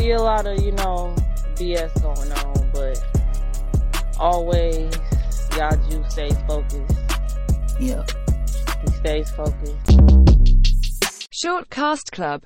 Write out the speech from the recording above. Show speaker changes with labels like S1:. S1: be a lot of, you know, BS going on, but always, y'all do stay focused.
S2: Yeah.
S1: He stays focused.
S3: Short Cast Club.